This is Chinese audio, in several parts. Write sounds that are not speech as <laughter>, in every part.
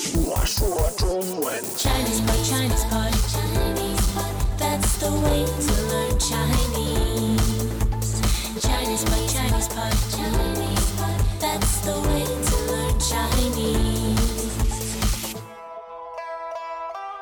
说中文。 Chinese pot, Chinese pot, Chinese pot. That's the way to learn Chinese. Chinese pot, Chinese pot, Chinese pot. That's the way to learn Chinese.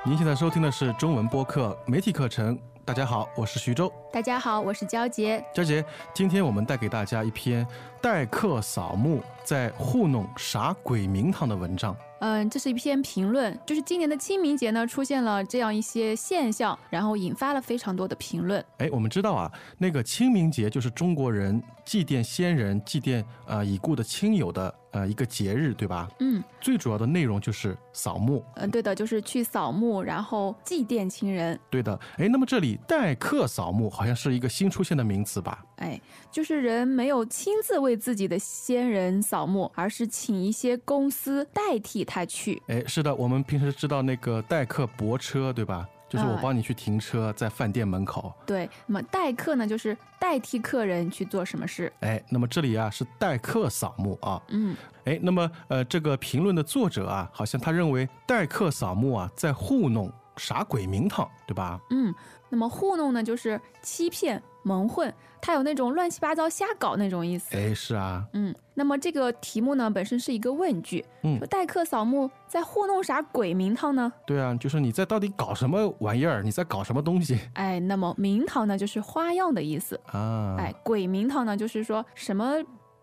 您现在收听的是中文播客媒体课程。大家好，我是徐州大家好，我是焦杰。佳杰。今天我们带给大家一篇代课扫墓在糊弄啥鬼名堂的文章。嗯，这是一篇评论，就是今年的清明节呢，出现了这样一些现象，然后引发了非常多的评论。哎，我们知道啊，那个清明节就是中国人祭奠先人、祭奠呃已故的亲友的呃一个节日，对吧？嗯，最主要的内容就是扫墓。嗯，对的，就是去扫墓，然后祭奠亲人。对的，哎，那么这里代课扫墓好像是一个新出现的名词吧？哎，就是人没有亲自为自己的先人扫墓，而是请一些公司代替他去。哎，是的，我们平时知道那个代客泊车，对吧？就是我啊帮你去停车，在饭店门口。对，那么代客呢，就是代替客人去做什么事。哎，那么这里啊是代客扫墓啊。嗯，哎，那么呃，这个评论的作者啊，好像他认为代客扫墓啊在糊弄啥鬼名堂，对吧？嗯，那么糊弄呢，就是欺骗、蒙混，它有那种乱七八糟、瞎搞那种意思。哎，是啊，嗯，那么这个题目呢，本身是一个问句，嗯说代客扫墓在糊弄啥鬼名堂呢？对啊，就是你在到底搞什么玩意儿？你在搞什么东西哎，那么名堂呢，就是花样的意思，啊？哎，，鬼名堂呢，就是说什么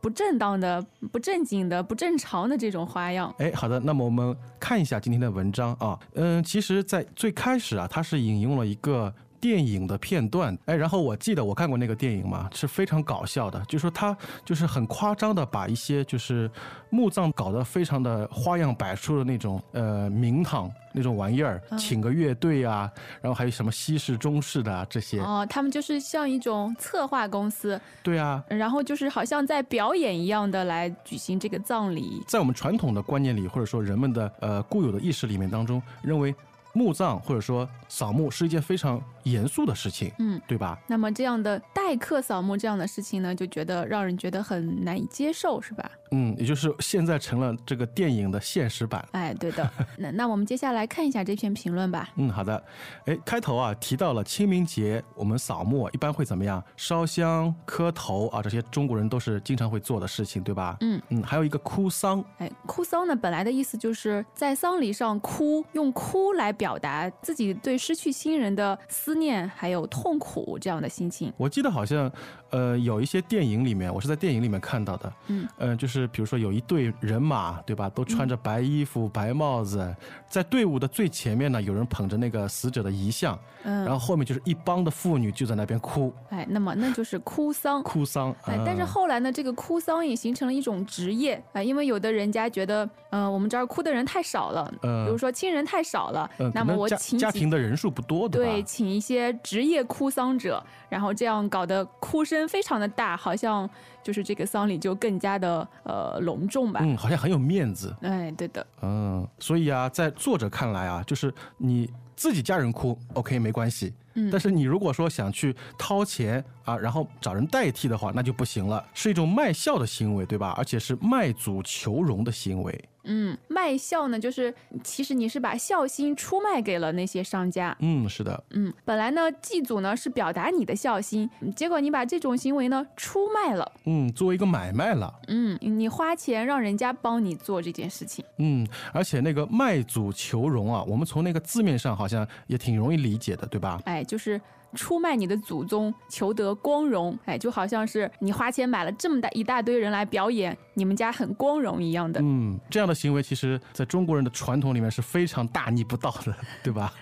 不正当的、不正经的、不正常的这种花样。哎，好的，那么我们看一下今天的文章啊。嗯，其实，在最开始啊，它是引用了一个电影的片段。哎，然后我记得我看过那个电影嘛，是非常搞笑的，就说他就是很夸张的把一些就是墓葬搞得非常的花样百出的那种呃名堂那种玩意儿，请个乐队啊，然后还有什么西式、中式的啊这些。哦，他们就是像一种策划公司，对啊，然后就是好像在表演一样的来举行这个葬礼。在我们传统的观念里，或者说人们的呃固有的意识里面当中，认为墓葬或者说扫墓是一件非常严肃的事情，嗯，对吧？那么这样的代客扫墓这样的事情呢，就觉得让人觉得很难以接受，是吧？嗯，也就是现在成了这个电影的现实版。哎，对的。那那我们接下来看一下这篇评论吧。嗯，好的。哎，开头啊提到了清明节，我们扫墓一般会怎么样？烧香、磕头啊，这些中国人都是经常会做的事情，对吧？嗯嗯，还有一个哭丧，哎，哭丧呢，本来的意思就是在丧礼上哭，用哭来表达自己对失去亲人的思念还有痛苦这样的心情。我记得好像，呃，有一些电影里面，我是在电影里面看到的，嗯，呃，就是比如说有一队人马，对吧？都穿着白衣服、白帽子，在队伍的最前面呢，有人捧着那个死者的遗像，嗯，然后后面就是一帮的妇女就在那边哭哎，那么那就是哭丧。哭丧。哎，但是嗯后来呢，这个哭丧也形成了一种职业哎，因为有的人家觉得，呃，我们这儿哭的人太少了，嗯比如说亲人太少了，呃，那可么能我家请家几庭的人数不多，对，吧？请一些职业哭丧者，然后这样搞得哭声非常的大，好像就是这个丧礼就更加的呃隆重吧。嗯，好像很有面子。哎，对的，嗯，所以啊，在作者看来啊，就是你自己家人哭，OK，没关系。嗯但是你如果说想去掏钱啊，然后找人代替的话，那就不行了，是一种卖笑的行为，对吧？而且是卖祖求荣的行为。嗯，卖笑呢，就是其实你是把孝心出卖给了那些商家。嗯，是的，嗯，本来呢，祭祖呢是表达你的孝心，结果你把这种行为呢出卖了。嗯，作为一个买卖了，嗯，你花钱让人家帮你做这件事情。嗯，而且那个卖祖求荣啊，我们从那个字面上好像也挺容易理解的，对吧？哎，就是出卖你的祖宗，求得光荣，哎，就好像是你花钱买了这么大一大堆人来表演，你们家很光荣一样的。嗯，这样的行为其实在中国人的传统里面是非常大逆不道的，对吧？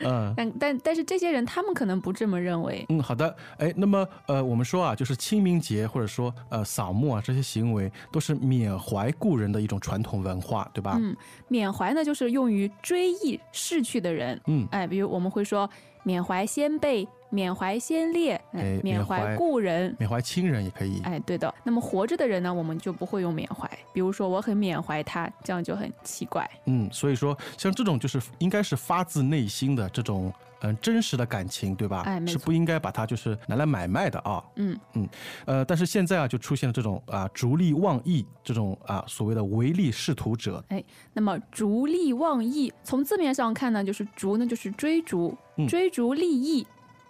嗯，但但但是这些人他们可能不这么认为，嗯，好的。哎，那么呃，我们说啊，就是清明节或者说呃扫墓啊这些行为，都是缅怀故人的一种传统文化，对吧？嗯缅怀呢就是用于追忆逝去的人，嗯哎，比如我们会说缅怀先辈。缅怀先烈，哎哎，缅缅怀怀故人。缅怀亲人也可以。哎，对的。那么活着的人呢，我们就不会用缅怀。比如说，我很缅怀他，这样就很奇怪。嗯，所以说像这种就是应该是发自内心的这种嗯、真实的感情，对吧？哎没是错不应该把它就是拿来买卖的啊。嗯嗯，呃，但是现在啊就出现了这种啊逐利忘义这种啊所谓的唯利是图者。那么逐利忘义，从字面上看呢，就是逐呢就是追逐嗯，追逐利益；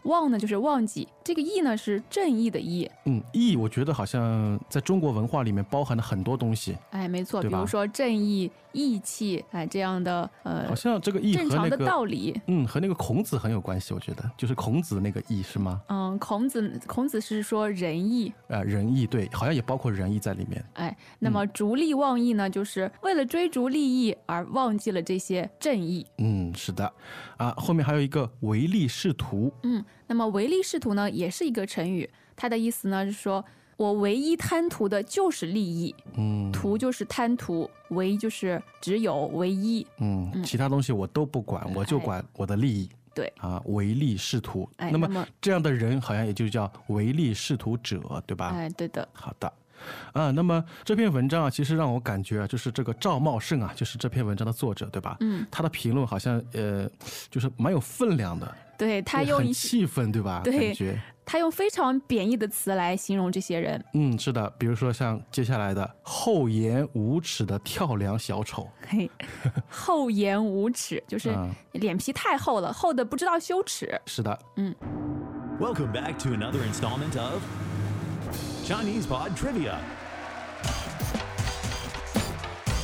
忘呢就是忘记，这个义呢是正义的义。嗯，义我觉得好像在中国文化里面包含了很多东西，哎，没错，对比吧如说正义、义气，哎这样的呃好像这个哦义正和常那的个道理。嗯和那个孔子很有关系，我觉得就是孔子那个义是吗？嗯，孔子孔子是说仁义，呃，仁义对，好像也包括仁义在里面。哎，那嗯么逐利忘义呢，就是为了追逐利益而忘记了这些正义。嗯，是的，啊，后面还有一个唯利是图，嗯，那么唯利是图呢，也是一个成语，它的意思呢是说我唯一贪图的就是利益，嗯，图就是贪图，唯一就是只有唯一。嗯，嗯其他东西我都不管，我就哎管我的利益。对啊，唯利是图。哎，那那么这样的人好像也就叫唯利是图者，对吧？哎，对的，好的。啊，那么这篇文章啊，其实让我感觉啊，就是这个赵茂盛啊，就是这篇文章的作者，对吧？嗯，他的评论好像呃，就是蛮有分量的，对他对用很一气愤，对吧？对感觉他用非常贬义的词来形容这些人，嗯，是的。比如说像接下来的厚颜无耻的跳梁小丑， <laughs> 嘿，厚颜无耻，就是嗯脸皮太厚了，厚的不知道羞耻。是的，嗯 Welcome back to another installment of Chinese Pod Trivia.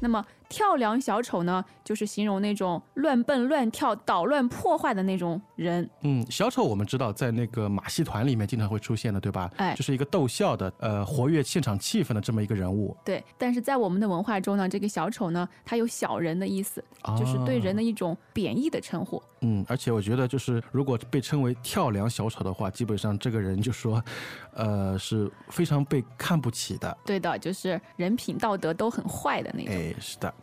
那么跳梁小丑呢，就是形容那种乱蹦乱跳、捣乱破坏的那种人。嗯，小丑我们知道在那个马戏团里面经常会出现的，对吧？哎就是一个逗笑的，呃，活跃现场气氛的这么一个人物。对，但是在我们的文化中呢，这个小丑呢，他有小人的意思，哦就是对人的一种贬义的称呼。啊嗯，而且我觉得就是如果被称为跳梁小丑的话，基本上这个人就说，呃，是非常被看不起的。对的，就是人品道德都很坏的那种。哎，是的，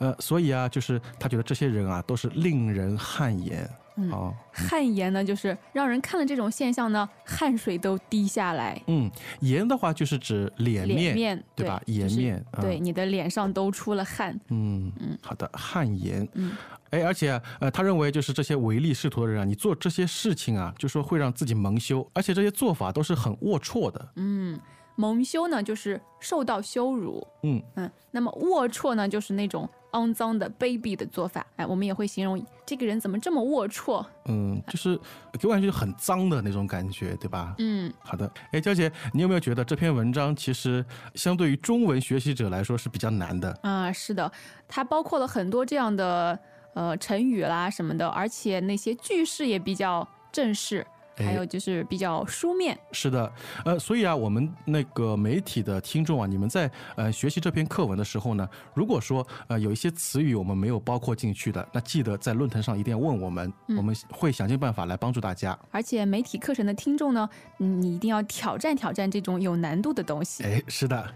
呃，所以啊，就是他觉得这些人啊都是令人汗颜。嗯哦，汗颜呢，就是让人看了这种现象呢，汗水都滴下来，嗯，颜的话就是指脸面，脸面对吧？就颜是面，嗯对，你的脸上都出了汗。嗯，好的，汗颜。嗯，哎，而且啊呃，他认为就是这些唯利是图的人啊，你做这些事情啊，就说会让自己蒙羞，而且这些做法都是很龌龊的。嗯蒙羞呢，就是受到羞辱。嗯嗯，那么龌龊呢，就是那种肮脏的、卑鄙的做法。哎，我们也会形容这个人怎么这么龌龊。嗯，就是给我感觉很脏的那种感觉，对吧？嗯，好的，哎，娇姐，你有没有觉得这篇文章其实相对于中文学习者来说是比较难的？啊、是的，它包括了很多这样的呃成语啦什么的，而且那些句式也比较正式，还哎有就是比较书面。是的，呃，所以啊，我们那个媒体的听众啊，你们在呃学习这篇课文的时候呢，如果说呃有一些词语我们没有包括进去的，那记得在论坛上一定要问我们，我们会想尽办法来帮助大家。而且媒体课程的听众呢，嗯你一定要挑战挑战这种有难度的东西。哎，是的，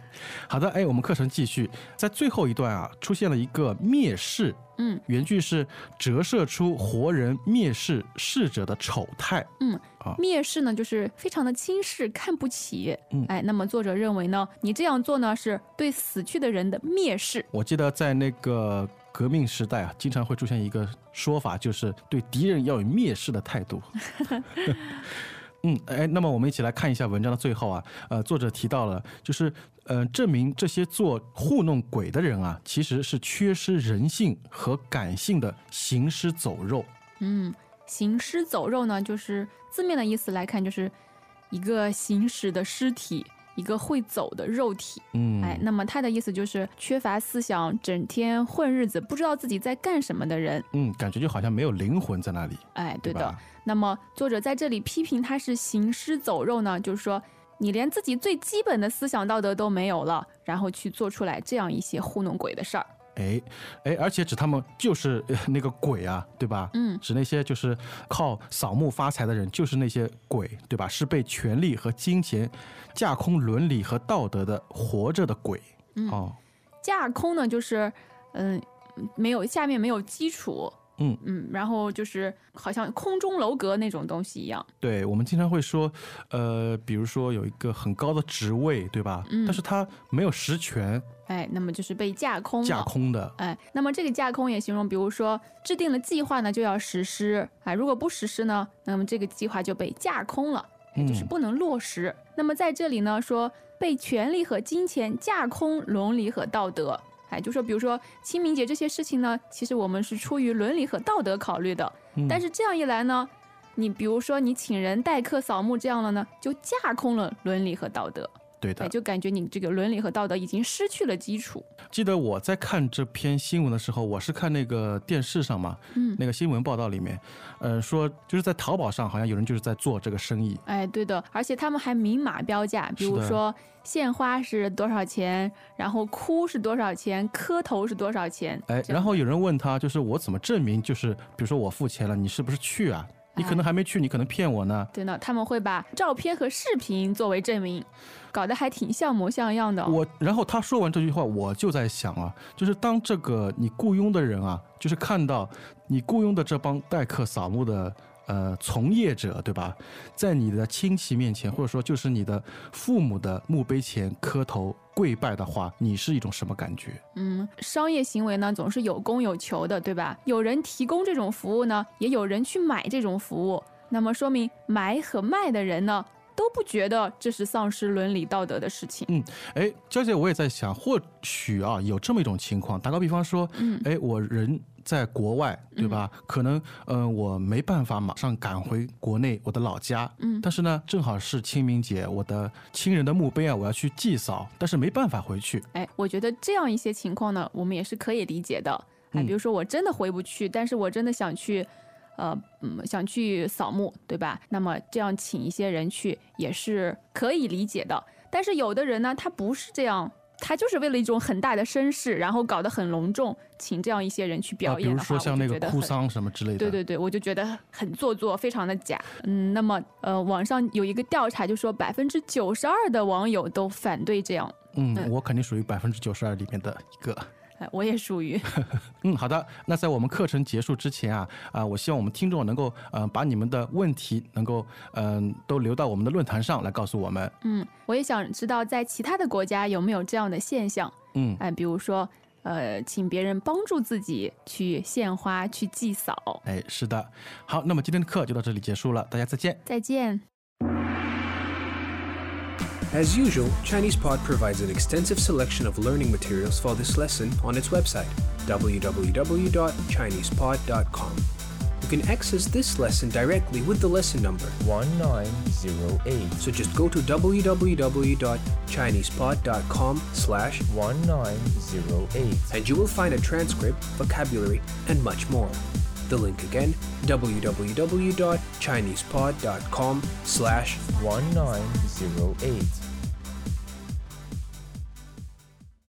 好的，哎，我们课程继续，在最后一段啊，出现了一个蔑视，嗯，原句是折射出活人蔑视逝者的丑态，蔑视呢，就是非常的轻视、看不起。嗯哎，那么作者认为呢，你这样做呢，是对死去的人的蔑视。我记得在那个革命时代啊，经常会出现一个说法，就是对敌人要有蔑视的态 <laughs> 度。嗯，哎，那么我们一起来看一下文章的最后啊，呃，作者提到了，就是呃，证明这些做糊弄鬼的人啊，其实是缺失人性和感性的行尸走肉。嗯，行尸走肉呢，就是字面的意思来看，就是一个行尸的尸体，一个会走的肉体。嗯，哎，那么他的意思就是缺乏思想、整天混日子、不知道自己在干什么的人。嗯，感觉就好像没有灵魂在那里，哎，对的吧。？那么作者在这里批评他是行尸走肉呢，就是说你连自己最基本的思想道德都没有了，然后去做出来这样一些糊弄鬼的事儿。哎哎，而且指他们就是呃那个鬼啊，对吧？嗯指那些就是靠扫墓发财的人，就是那些鬼，对吧？是被权力和金钱架空伦理和道德的活着的鬼。嗯哦，架空呢，就是嗯，没有下面没有基础，嗯嗯，然后就是好像空中楼阁那种东西一样，对，我们经常会说，呃，比如说有一个很高的职位，对吧？嗯但是他没有实权，哎，那么就是被架空了架空的。哎，那么这个架空也形容，比如说制定了计划呢，就要实施啊、哎如果不实施呢，那么这个计划就被架空了，也哎就是嗯不能落实。那么在这里呢，说被权力和金钱架空伦理和道德，哎，就说比如说清明节这些事情呢，其实我们是出于伦理和道德考虑的，嗯但是这样一来呢。你比如说，你请人代客扫墓这样了呢，就架空了伦理和道德，对哎，的，就感觉你这个伦理和道德已经失去了基础。记得我在看这篇新闻的时候，我是看那个电视上嘛，嗯那个新闻报道里面，呃，说就是在淘宝上好像有人就是在做这个生意，哎，对的，而且他们还明码标价，比是如的说献花是多少钱，然后哭是多少钱，磕头是多少钱。哎，这样然后有人问他，就是我怎么证明，就是比如说我付钱了，你是不是去啊？你可哎能还没去，你可能骗我呢。对呢，他们会把照片和视频作为证明，搞得还挺像模像样的哦、我，然后他说完这句话，我就在想啊，就是当这个你雇佣的人啊，就是看到你雇佣的这帮代客扫墓的呃从业者，对吧，在你的亲戚面前，或者说就是你的父母的墓碑前磕头跪拜的话，你是一种什么感觉？嗯，商业行为呢总是有供有求的，对吧？有人提供这种服务呢，也有人去买这种服务，那么说明买和卖的人呢都不觉得这是丧失伦理道德的事情。哎，娇姐，我也在想，或许啊，有这么一种情况，打个比方说，嗯哎，我人在国外，对吧？可能，嗯、我没办法马上赶回国内我的老家，嗯但是呢，正好是清明节，我的亲人的墓碑啊，我要去祭扫，但是没办法回去，哎，我觉得这样一些情况呢，我们也是可以理解的。哎，嗯比如说我真的回不去，但是我真的想去，呃，嗯，想去扫墓，对吧？那么这样请一些人去也是可以理解的。但是有的人呢，他不是这样，他就是为了一种很大的声势，然后搞得很隆重，请这样一些人去啊，表比演如的话，说像那我就个觉得哭很丧什么之类的，对对对，我就觉得很做作，非常的假。嗯，那么呃，网上有一个调查就说百分之九十二的网友都反对这样。嗯，嗯我肯定属于百分之九十二里面的一个。哎，我也属于。嗯，好的。那在我们课程结束之前啊，啊、我希望我们听众能够，呃，把你们的问题能够，嗯、都留到我们的论坛上来告诉我们。嗯，我也想知道在其他的国家有没有这样的现象，嗯，哎，比如说，呃，请别人帮助自己去献花、去祭扫。哎，是的。好，那么今天的课就到这里结束了，大家再见。再见。 As usual, ChinesePod provides an extensive selection of learning materials for this lesson on its website, www.chinesepod.com. You can access this lesson directly with the lesson number, 1908 so just go to www.chinesepod.com slash 1908 and you will find a transcript, vocabulary, and much more. The link again, www.chinesepod.com slash 1908